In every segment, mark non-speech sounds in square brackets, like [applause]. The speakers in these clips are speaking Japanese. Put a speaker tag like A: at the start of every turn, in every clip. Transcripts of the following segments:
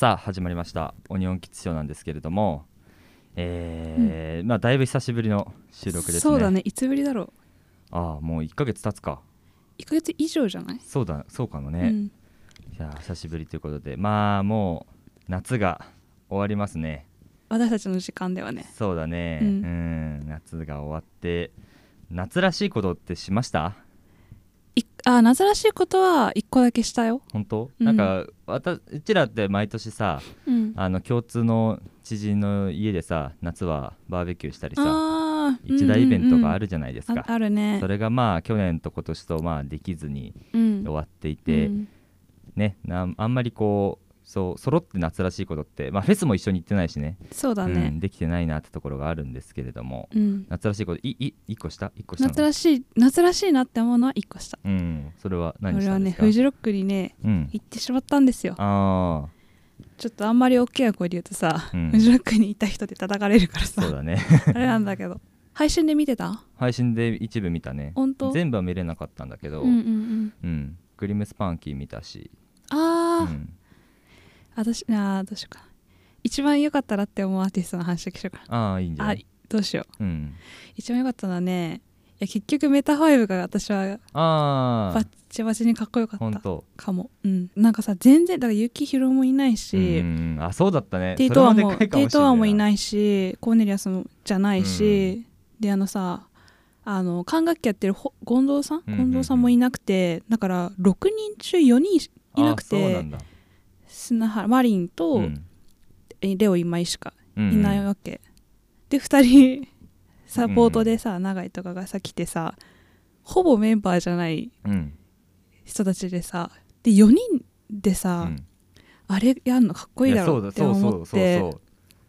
A: さあ始まりました「オニオンキッズショー」なんですけれども、えーまあ、だいぶ久しぶりの収録ですね。
B: そうだねいつぶりだろう
A: ああもう1ヶ月経つか
B: 1ヶ月以上じゃない、
A: そうだそうかも
B: う
A: ね、
B: ん、
A: いやー久しぶりということでまあもう夏が終わりますね
B: 私たちの時間ではね
A: そうだねう
B: うんん
A: 夏が終わって夏らしいことってしました
B: いあ夏らしいことは1個だけしたよ、
A: 本当、
B: うん
A: なんかわたうちらって毎年さ
B: うん、
A: あの共通の知人の家でさ夏はバーベキューしたりさ
B: あー
A: 一大イベントがあ
B: る
A: るじゃないですか、
B: ああるね
A: それがまあ去年と今年とまあできずに
B: うん
A: 終わっていて、
B: うん
A: ねなんあんまりこうそう揃って夏らしいことって、まあ、フェスも一緒に行ってないしね
B: そうだ
A: う
B: ね、
A: ん、できてないなってところがあるんですけれども
B: うん
A: 夏らしいこといい一個した一個したの
B: 夏らしい夏らしいなって思うのは1個した
A: うんそれは何し
B: 俺
A: た
B: は
A: ん
B: ね
A: ですか
B: フジロックにね
A: うん
B: 行ってしまったんですよ
A: あ
B: ちょっとあんまり大きな声で言うとさ、
A: うん
B: フジロックにいた人で叩かれるから
A: あそう
B: さ
A: だね
B: [laughs] あれなんだけど配信で見てた
A: 配信で一部見たね
B: 本当
A: 全部は見れなかったんだけど、
B: うんうんうん
A: うんグリムスパンキー見たし、う
B: ああ、
A: ん、
B: 私あーどうしようかな一番良かったなって思うアーティストの話だけしようか
A: ああいいんじゃ
B: な
A: な
B: あ
A: い
B: どうしよう
A: うん、
B: 一番良かったのはねいや結局メタファイブが私は
A: あ
B: バッチバチにかっこよか
A: あ
B: っ
A: 本
B: た
A: 当
B: かもうんなんかさ全然だからユキヒロもいないし、
A: うんあそうだったね
B: テイトワ
A: それ
B: も
A: でかいか
B: テイ
A: しれ
B: トワもい
A: い
B: ないしコーネリアスもじゃないし、であのさあの管楽器やってるほ権藤さん
A: うんうんうん
B: 権藤さんもいなくてだから6人中4人いなく
A: あそうな
B: て
A: んだ
B: 砂原マリンと、
A: うん
B: えレオ今井しか
A: うん
B: い
A: うん
B: ないわけ、で2人サポートでさ、永井とかがさ来てさほぼメンバーじゃない
A: うん
B: 人たちでさで4人で
A: う
B: さ、
A: ん
B: あれやんのかっこいいだろうって思って
A: う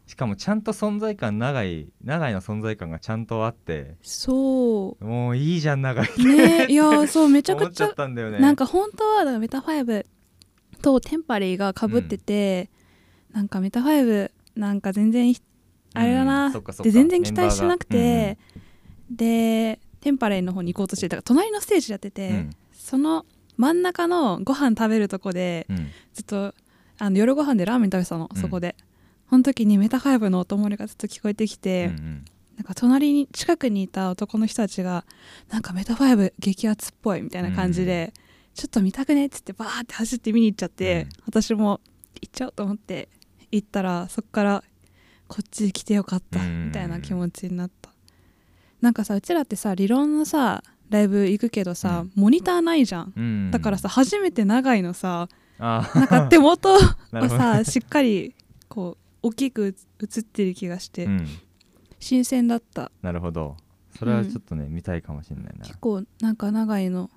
A: しかもちゃんと存在感長い長いの存在感がちゃんとあって
B: そ
A: もういいじゃん長いめ
B: うねいやーそうめちゃくちゃ
A: [laughs] 思っちゃったんだよね
B: なんか本当はだからメタファイブとテンパリーがかぶってて、なんかメタファイブなんか全然いあれだな
A: うんそっかそっか
B: で全然期待してなく
A: メ
B: て、でテンパレーの方に行こうとしてたから隣のステージやってて、
A: ン
B: その真ん中のご飯食べるとこで
A: バーがうんうん
B: ずっとあの夜ご飯でラーメン食べてたの、
A: うん
B: そこでその時にメタファイブの音漏れがずっと聞こえてきて、
A: うんうん
B: なんか隣に近くにいた男の人たちがなんかメタファイブ激アツっぽいみたいな感じで、ちょっと見たくねっつってバーって走って見に行っちゃって、
A: うん
B: 私も行っちゃおうと思って行ったらそっからこっち来てよかった
A: うん
B: みたいな気持ちになった、なんかさうちらってさ理論のさライブ行くけどさ、モニターないじゃん
A: うんうん
B: だからさ初めて長井のさ
A: あー
B: なんか手元を
A: [laughs] なるほど
B: さしっかりこう大きく映ってる気がして、
A: うん
B: 新鮮だった
A: なるほどそれはちょっとね見たいかもしれないな
B: 結構なんか長井の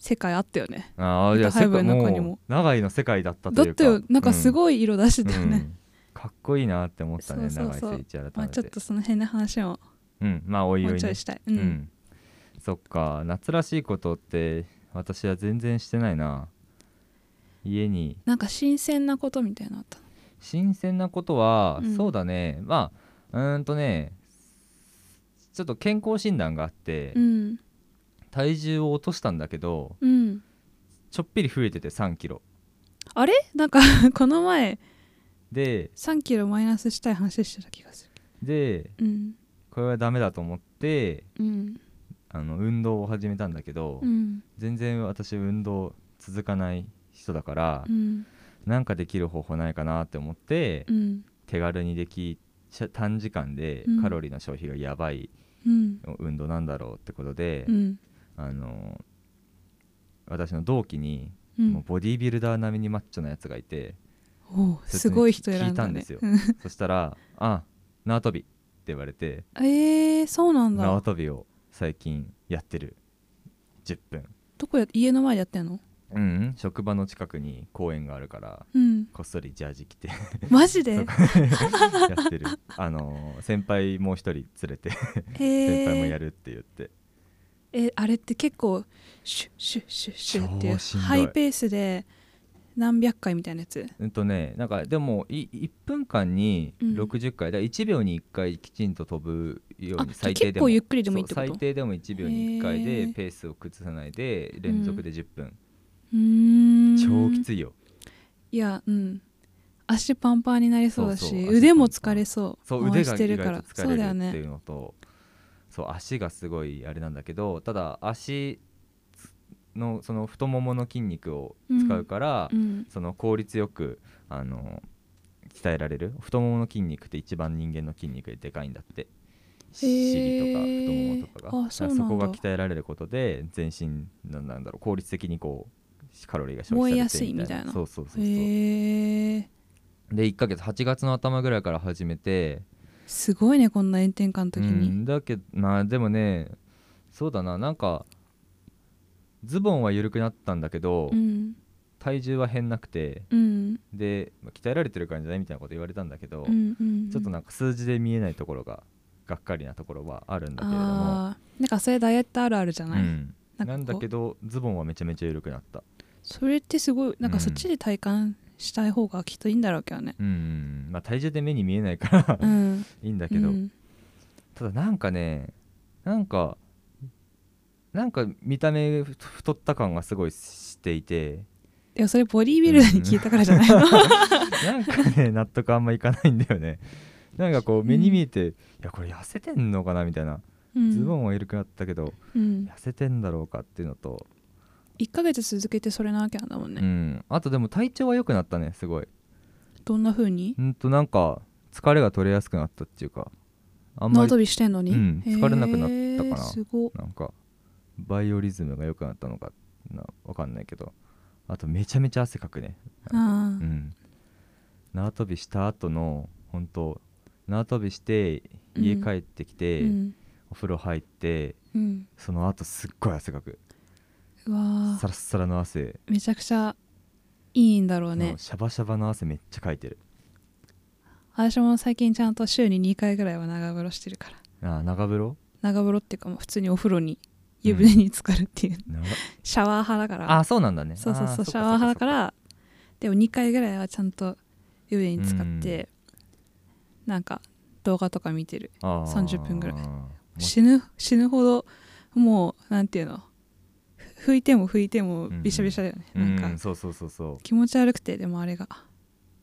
B: 世界あったよね
A: あーいや
B: メタファイブの
A: 世界
B: 中にも
A: もう長いの世界だった
B: だ
A: と
B: っ
A: いうか
B: てなんかす
A: い
B: ごい色出してたよね、
A: かっこいいなって思ったね
B: そうそう
A: 長
B: そ
A: いう誠一改めて
B: [laughs] まあ、ちょっとその辺の話も
A: うんまあおい
B: も
A: お
B: う
A: い
B: ちょ
A: ね
B: いしたい、
A: う
B: うん
A: ん、そっか夏らしいことって私は全然してないな家に
B: なんか新鮮なことみたいなのあったの
A: 新鮮なことは、
B: うん
A: そうだねまあうーんとねちょっと健康診断があって、
B: うん
A: 体重を落としたんだけど
B: うん
A: ちょっぴり増えてて3キロ
B: あれなんか [laughs] この前
A: で
B: 3キロマイナスしたい話してた気がす
A: で
B: るうん
A: これはダメだと思って
B: うん
A: あの運動を始めたんだけど、
B: うん
A: 全然私運動続かない人だから、
B: うん
A: なんかできる方法ないかなって思って、
B: うん
A: 手軽にできちゃ短時間で
B: うん
A: カロリーの消費がやばい
B: うん
A: 運動なんだろうってことで、
B: うん
A: あの私の同期に、
B: う
A: もうんボディービルダー並みにマッチョなやつがい
B: [laughs]
A: て
B: おうすごい人選んだ、ね、
A: 聞いたんですよ
B: う
A: そしたら「あ縄跳び」って言われて
B: えー、そうなん
A: 縄
B: だ
A: 跳びを最近やってる10分
B: どこや家の前でやってんの
A: うん、職場の近くに公園があるから
B: うん
A: こっそりジャージ着てや
B: マジで
A: [laughs] そっってるあの先輩もう一人連れ
B: [laughs]
A: て
B: え
A: 先輩も
B: ー
A: やるって言って、
B: えあれって結構シュッシュッシュッシュッっていう
A: 超しんどい
B: ハイペースで何百回みたいなやつ
A: うんとねなんかでもい1分間に
B: うん
A: 60回、だから1秒に1回きちんと飛ぶよう
B: あ
A: に最低
B: 結
A: でも
B: 構ゆっくりでもいいってこ
A: そう
B: と
A: 最低でも1秒に1回
B: へ
A: で
B: ー
A: ペースを崩さないで連続で10分、
B: うーん
A: 超きついよ
B: いやうん足パンパンになりそうだし
A: そうそう
B: 腕も疲れそう
A: そう
B: 回
A: 腕が
B: し
A: 意
B: て
A: 外
B: る
A: と
B: から
A: 疲
B: そうだ
A: れ
B: よ
A: るって
B: ね
A: いうのとそう足がすごいあれなんだけどただ足のその太ももの筋肉を使うから、
B: うん
A: その効率よくあの鍛えられる太ももの筋肉って一番人間の筋肉ででかいんだって尻とか太ももとかが、
B: あそうなんだ
A: だからそこが鍛えられることで全身なんなんだろう効率的にこうカロリーが消
B: 燃え
A: 費
B: や
A: さ
B: す
A: れ
B: い
A: て
B: みたいな
A: そうそうそうそう、
B: へえ
A: で1ヶ月8月の頭ぐらいから始めて
B: すごいねこんな炎天下の時
A: う
B: に
A: ん、だけどまあでもねそうだななんかズボンは緩くなったんだけど、
B: うん
A: 体重は変なくて
B: うん
A: でまあ鍛えられてるからじゃないみたいなこと言われたんだけど、
B: うんうん
A: ちょっとなんか数字で見えないところががっかりなところはあるんだけれども、
B: あーなんかそれダイエットあるあるじゃ
A: う
B: ない、
A: ん、
B: なんかこう
A: なんだけどズボンはめちゃめちゃ緩くなった、
B: それってすごいなん
A: う
B: か
A: ん
B: そっちで体感したい方がきっといいんだろうけどね
A: うんうんうんまあ、体重で目に見えないから [laughs]
B: うん
A: いいんだけど、
B: うん
A: ただなんかねなんかなんか見た目ふ太った感がすごいしてい
B: [laughs]
A: て
B: いやそれボディービルダーに聞いたからじゃないの、
A: なんかね納得あんまいかないんだよねなんかこう目に見えて、いやこれ痩せてんのかなみたいな、
B: うん、
A: ズボンは緩くなったけど
B: うん
A: 痩せてんだろうかっていうのと、
B: 1ヶ月続けてそれなわけなんだもんね、
A: うん、あとでも体調は良くなったねすごい
B: どんな風に
A: うんとなんか疲れが取れやすくなったっていうかあんま
B: 縄
A: り
B: 跳びしてんのに、
A: うん
B: へー
A: 疲れなくなったかな
B: すご
A: なんかバイオリズムが良くなったのかなわかんないけどあとめちゃめちゃ汗かくね
B: あ
A: う
B: ー、
A: ん縄跳びした後の本当縄跳びして
B: うん
A: 家帰ってきて、
B: うん
A: お風呂入って
B: うん
A: その後すっごい汗かく
B: うわー
A: サラッサラの汗
B: めちゃくちゃいいんだろうね
A: のシャバシャバの汗めっちゃかいてる
B: 私も最近ちゃんと週に2回ぐらいは長風呂してるから
A: あー長風呂
B: 長風呂っていうかもう普通にお風呂に湯船に浸かるっていう、
A: 長
B: シャワー派だから
A: あーそうなんだね
B: そうそう
A: あ
B: そう
A: っ
B: シ
A: か
B: ャワー
A: そっ
B: 派だか
A: そっ
B: らでも2回ぐらいはちゃんと湯船に浸かって、なんか動画とか見てる
A: あー
B: 30分ぐらい
A: もう
B: 死ぬ死ぬほどもうなんていうのふ拭いても拭いてもびしゃびしゃだよね、
A: うん
B: なんか
A: そうそうそうそ
B: 気持ち悪くてでもあ
A: [laughs]
B: れが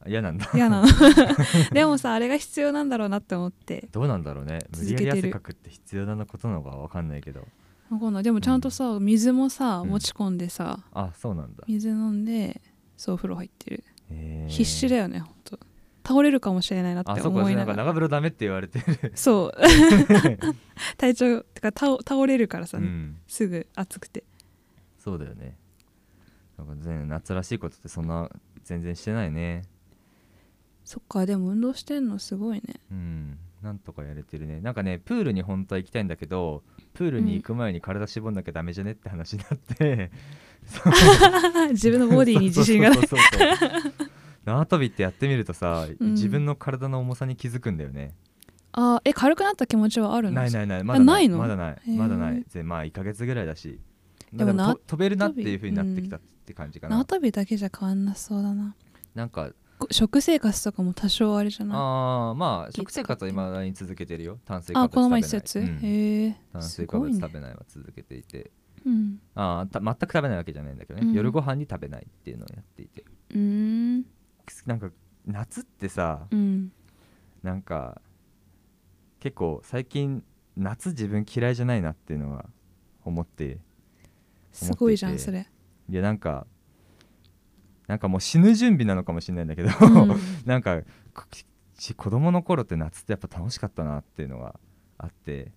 A: う嫌なんだ [laughs]
B: 嫌なの [laughs] でもさあれが必要なんだろうなって思って
A: どうなんだろうね無
B: 続
A: 理
B: け
A: や
B: てる
A: り汗かくって必要なのことなのかわかんないけど
B: わかんないでもちゃんとさ水もさ
A: うん
B: 持ち込んでさ、
A: あそうなんだ、
B: 水飲んでそうお風呂入ってる、
A: えー
B: 必死だよねほんと倒れるかもしれないなっ
A: あ
B: て
A: そうか
B: 思
A: そ
B: いう
A: な
B: なん
A: か
B: がら
A: 長風呂ダメって言われてる
B: そう体調てか倒倒れるからさ、
A: うん
B: すぐ暑くて
A: そうだよねなんか全夏らしいことってそんな全然してないね
B: そっかでも運動してんのすごいね
A: うんなんとかやれてるねなんかねプールに本当は行きたいんだけどプールに行く前に体絞んなきゃダメじゃねって話になって、
B: [laughs] 自分のボディに自信がない
A: そうそうそうそうそう縄跳びってやってみるとさ、
B: うん
A: 自分の体の重さに気づくんだよね
B: あーえ軽くなった気持ちはあるの
A: ないないないま
B: あ
A: だない
B: ないの
A: まだない
B: へー
A: まだないでまあ1ヶ月ぐらいだし
B: でもな
A: と飛べるなっていう風になってきたって感じかな、
B: 縄跳びだけじゃ変わんなそうだな
A: なんか
B: こ食生活とかも多少あれじゃない
A: あーまあ
B: 気使って
A: 食生活は未だに続けてるよ炭水化
B: あ
A: 物
B: この前言っ
A: 食
B: た
A: べ
B: や
A: ない
B: つ、
A: うん
B: へえ
A: 炭
B: す
A: 水化
B: ご
A: 物
B: いね
A: 食べないは続けていて
B: うん
A: あーた全く食べないわけじゃないんだけどね、
B: うん
A: 夜ご飯に食べないっていうのをやっていて
B: うーん
A: なんか夏ってさ
B: うん
A: なんか結構最近夏自分嫌いじゃないなっていうのは思って
B: すごいじゃ
A: 思
B: ん
A: ってて
B: それ、
A: いやなんかなんかもう死ぬ準備なのかもしれないんだけど、
B: うん、
A: [laughs] なんかこち子供の頃って夏ってやっぱ楽しかったなっていうのがあって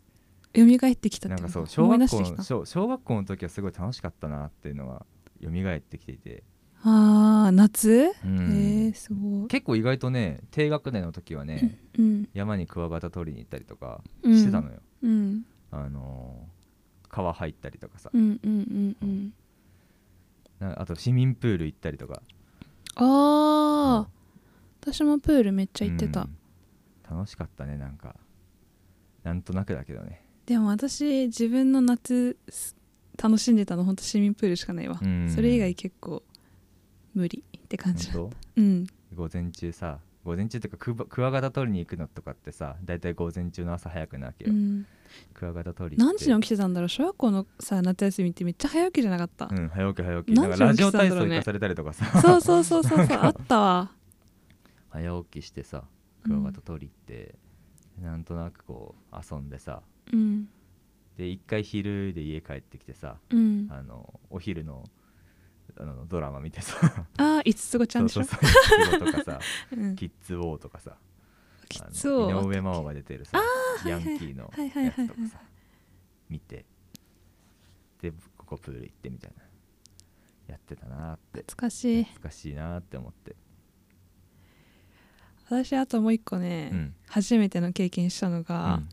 B: 蘇ってきたっ
A: なん
B: て
A: か
B: こ
A: そ
B: と
A: う小
B: 思い出
A: 学
B: し
A: 校
B: てき
A: の
B: た
A: 小小学校の時はすごい楽しかったなっていうのは蘇ってきていて、
B: あー夏、
A: うん
B: へえすごい、
A: 結構意外とね低学年の時はね
B: うん、
A: 山にクワガタ取りに行ったりとか
B: うん
A: してたのよ、
B: うん
A: あのー川入ったりとかさ、
B: うんうんうんうん
A: なあと市民プール行ったりとか
B: ああ、私もプールめっちゃ行ってた、
A: うん楽しかったねなんかなんとなくだけどね
B: でも私自分の夏す楽しんでたのほんと市民プールしかないわ、
A: うん
B: それ以外結構無理って感じだ
A: 本当
B: うん
A: 午前中さ午前中とかクワクワガタ取りに行くのとかってさだいたい午前中の朝早くなわけ
B: う
A: よ、
B: ん、
A: クワガタ取り行っ
B: 何
A: て
B: 時に起きてたんだろう小学校のさ夏休みってめっちゃ早起きじゃなかった、
A: うん早起き早起き
B: 何
A: な
B: 時
A: んか
B: に
A: ラジオ
B: 起きてた
A: 体操
B: んだろうね
A: [laughs] 行かされたりとかさ
B: そうそうそうそうそうあったわ
A: 早起きしてさクワガタ取り行って、なんとなくこう遊んでさ
B: うん
A: で一回昼で家帰ってきてさ
B: うん
A: あのお昼のあのドラマ見てさ
B: ああ五つ子ちゃんでし
A: そ
B: ょ
A: うそうそうキッズウォーとかさ
B: うん
A: キッズウォーとかさ
B: キ
A: あの
B: ッズを
A: 井上真央が出てるさヤンキーの
B: はいはい
A: や
B: は
A: つ
B: い
A: と
B: は
A: か
B: い
A: さ見てでここプール行ってみたいなやってたなーって
B: 懐かしい
A: 懐かしいなーって思って、
B: 私あともう一個ね、
A: うん
B: 初めての経験したのが、
A: うん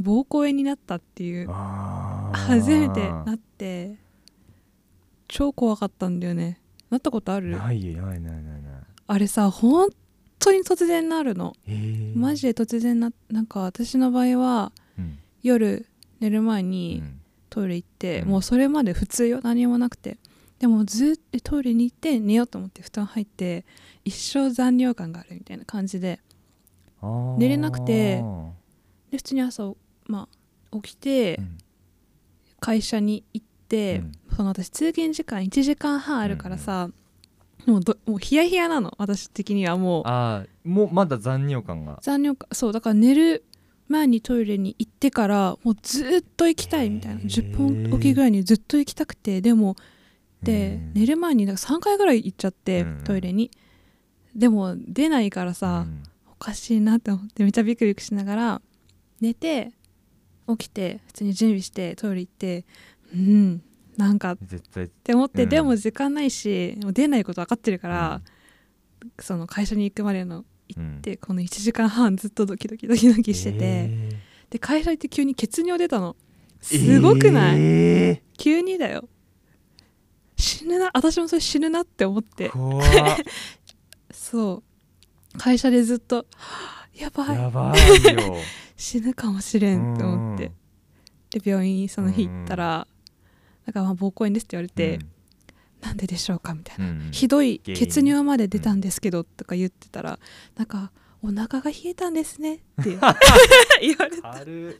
B: 膀胱炎になったっていう
A: あー
B: 初めてなって超怖かったんだよねなったことある
A: ないよないないないない
B: あれさ本当に突然なるの
A: えー
B: マジで突然ななんか私の場合は
A: うん
B: 夜寝る前
A: う
B: に
A: ん
B: トイレ行って、
A: うん
B: もうそれまで普通よ何もなくてでもずっとトイレに行って寝ようと思って布団入って一生残尿感があるみたいな感じで
A: あー
B: 寝れなくてで普通に朝、まあ、起きて
A: うん
B: 会社に行って、
A: うん
B: その私通勤時間1時間半あるからさ、もうどもうヒヤヒヤなの私的にはもう
A: あーもうまだ残尿感が
B: 残尿感そうだから寝る前にトイレに行ってからもうずっと行きたいみたいな
A: へー
B: 10分おきぐらいにずっと行きたくてでもで、
A: うん
B: 寝る前にだから3回ぐらい行っちゃって、
A: うん
B: トイレにでも出ないからさ、
A: うん
B: おかしいなって思ってめっちゃビクビクしながら寝て起きて普通に準備してトイレ行ってうんなんかっ
A: 絶対
B: て思って、
A: うん
B: でも時間ないしもう出ないこと分かってるから、その会社に行くまでの
A: 行っ
B: でこの1時間半ずっとドキドキドキドキしてて、で会社行って急に血尿出たのすごくない、
A: い
B: 急にだよ死ぬな私もそれ死ぬなって思って
A: 怖っ
B: そう会社でずっとはぁやばい
A: やばいよ
B: 死ぬかもしれんって思ってで病院その日行ったら「なんかまあ膀胱炎です」って言われて「なんででしょうか?」みたいな「ひ
A: ひ
B: どい
A: 原因
B: 血尿まで出たんですけど」とか言ってたらなんか「お腹が冷えたんですね」っ
A: [laughs]
B: て言われた
A: 軽い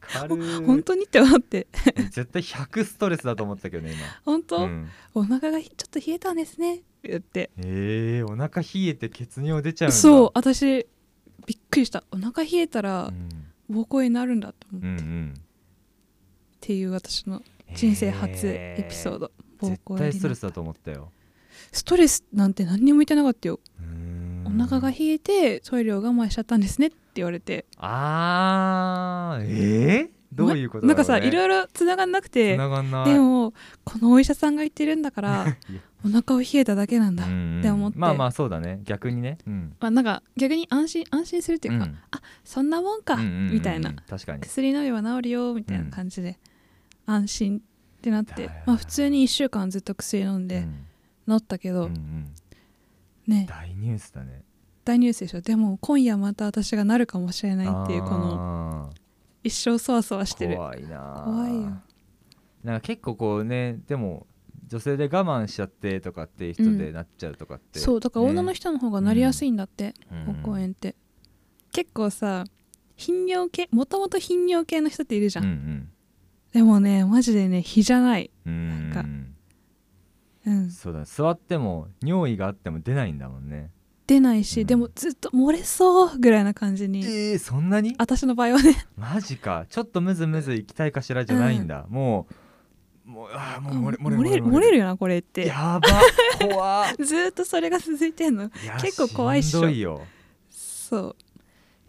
A: 軽い
B: [laughs] 本当にって思って
A: 絶対100ストレスだと思ってたけどね
B: 本当、
A: 今うん
B: お腹がひちょっと冷えたんですねって言って
A: えーお腹冷えて血尿出ちゃうんだ
B: そう私びっくりしたお腹冷えたら
A: うん
B: 膀胱炎になるんだと思う、
A: う
B: っ
A: んうん
B: ていう私の人生初エピソード、膀胱
A: 絶
B: 炎
A: 対
B: に
A: ス
B: な
A: ト
B: る
A: レスだと思ったよ
B: ストレスなんて何にも言ってなかったよ、
A: うーん
B: お腹が冷えてトイレを我慢しちゃったんですねって言われて
A: あーえーどういうことだ
B: な
A: ろ
B: ん
A: う
B: かさい
A: い
B: ろいろつながんなくて
A: がんない
B: でもこのお医者さんが言ってるんだから
A: [laughs] いや
B: お腹を冷えただけなんだ、
A: うん
B: って思って
A: まあまあそうだね逆にねうん
B: まあ、なんか逆に安心安心するっていうか、
A: うん
B: そんなもんか、
A: うんうんうんうん
B: みたいな
A: 確かに
B: 薬飲めば治るよみたいな感じで、安心ってなっ
A: だよ
B: て
A: ね、
B: まあ、普通に1週間ずっと薬飲ん
A: う
B: で
A: ん
B: 治ったけど、
A: うんうん
B: ね
A: 大ニュースだね
B: 大ニュースでしょでも今夜また私がなるかもしれないっていうこの
A: の
B: 一生そわそわしてる
A: 怖いな
B: 怖いよ
A: なんか結構こうねでも女性で我慢しちゃってとかっていう人で
B: うん
A: なっちゃうとかって、
B: そうだから女の人の方がなりやすいんだって
A: うん
B: 膀胱炎って結構さ頻尿系もともと頻尿系の人っているじゃん、
A: うん
B: でもねマジでね日じゃない
A: うんうん
B: なんうん
A: そうだ座っても尿意があっても出ないんだもんね
B: 出ないし、
A: うん
B: でもずっと漏れそうぐらいな感じ
A: え
B: に
A: ー、そんなに
B: 私の場合はね
A: マジかちょっとムズムズ行きたいかしらじゃないんだ、もうもうあーもう漏れ
B: 漏れる漏れるよなこれって
A: やば怖
B: [laughs]
A: っ
B: ずーっとそれが続いてんの
A: いや
B: 結構怖いっしょ
A: しんどいよ
B: そう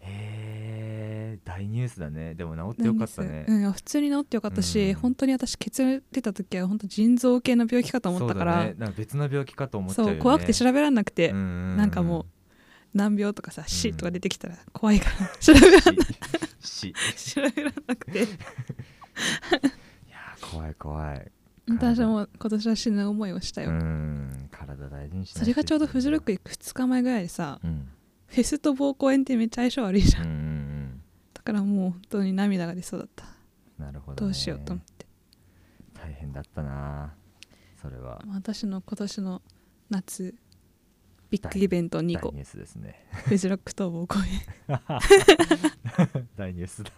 A: へえ大ニュースだねでも治ってよかったね、
B: うん、普通に治ってよかったし、
A: うん
B: 本当に私血が出た時は本当腎臓系の病気かと思ったから
A: そうだね、なんか別の病気かと思っちゃ
B: そうう
A: よ、ね、
B: 怖くて調べられなくて、
A: うんうんうん
B: なんかもう難病とかさ
A: う
B: 死
A: ん
B: とか出てきたら怖いから調べら
A: しし [laughs]
B: 調べられなくて
A: いやー怖い怖い
B: 本当私はもう今年は死ぬ思いをした
A: う
B: よ、
A: ん体大事にしない
B: それがちょうどフジロック
A: 行
B: 行く2日前ぐらいでさ
A: うん
B: フェスと膀胱炎ってめっちゃ相性悪いじゃ
A: うん
B: ん
A: うんうん
B: だからもう本当に涙が出そうだった
A: なるほど、ね、
B: どうしようと思って、
A: 大変だったなそれは
B: まあ私の今年の夏ビッグイベント
A: 大ニ
B: 2個
A: ュースです
B: [laughs]
A: ね [laughs]
B: フジロックと膀胱炎
A: 大ニュースだ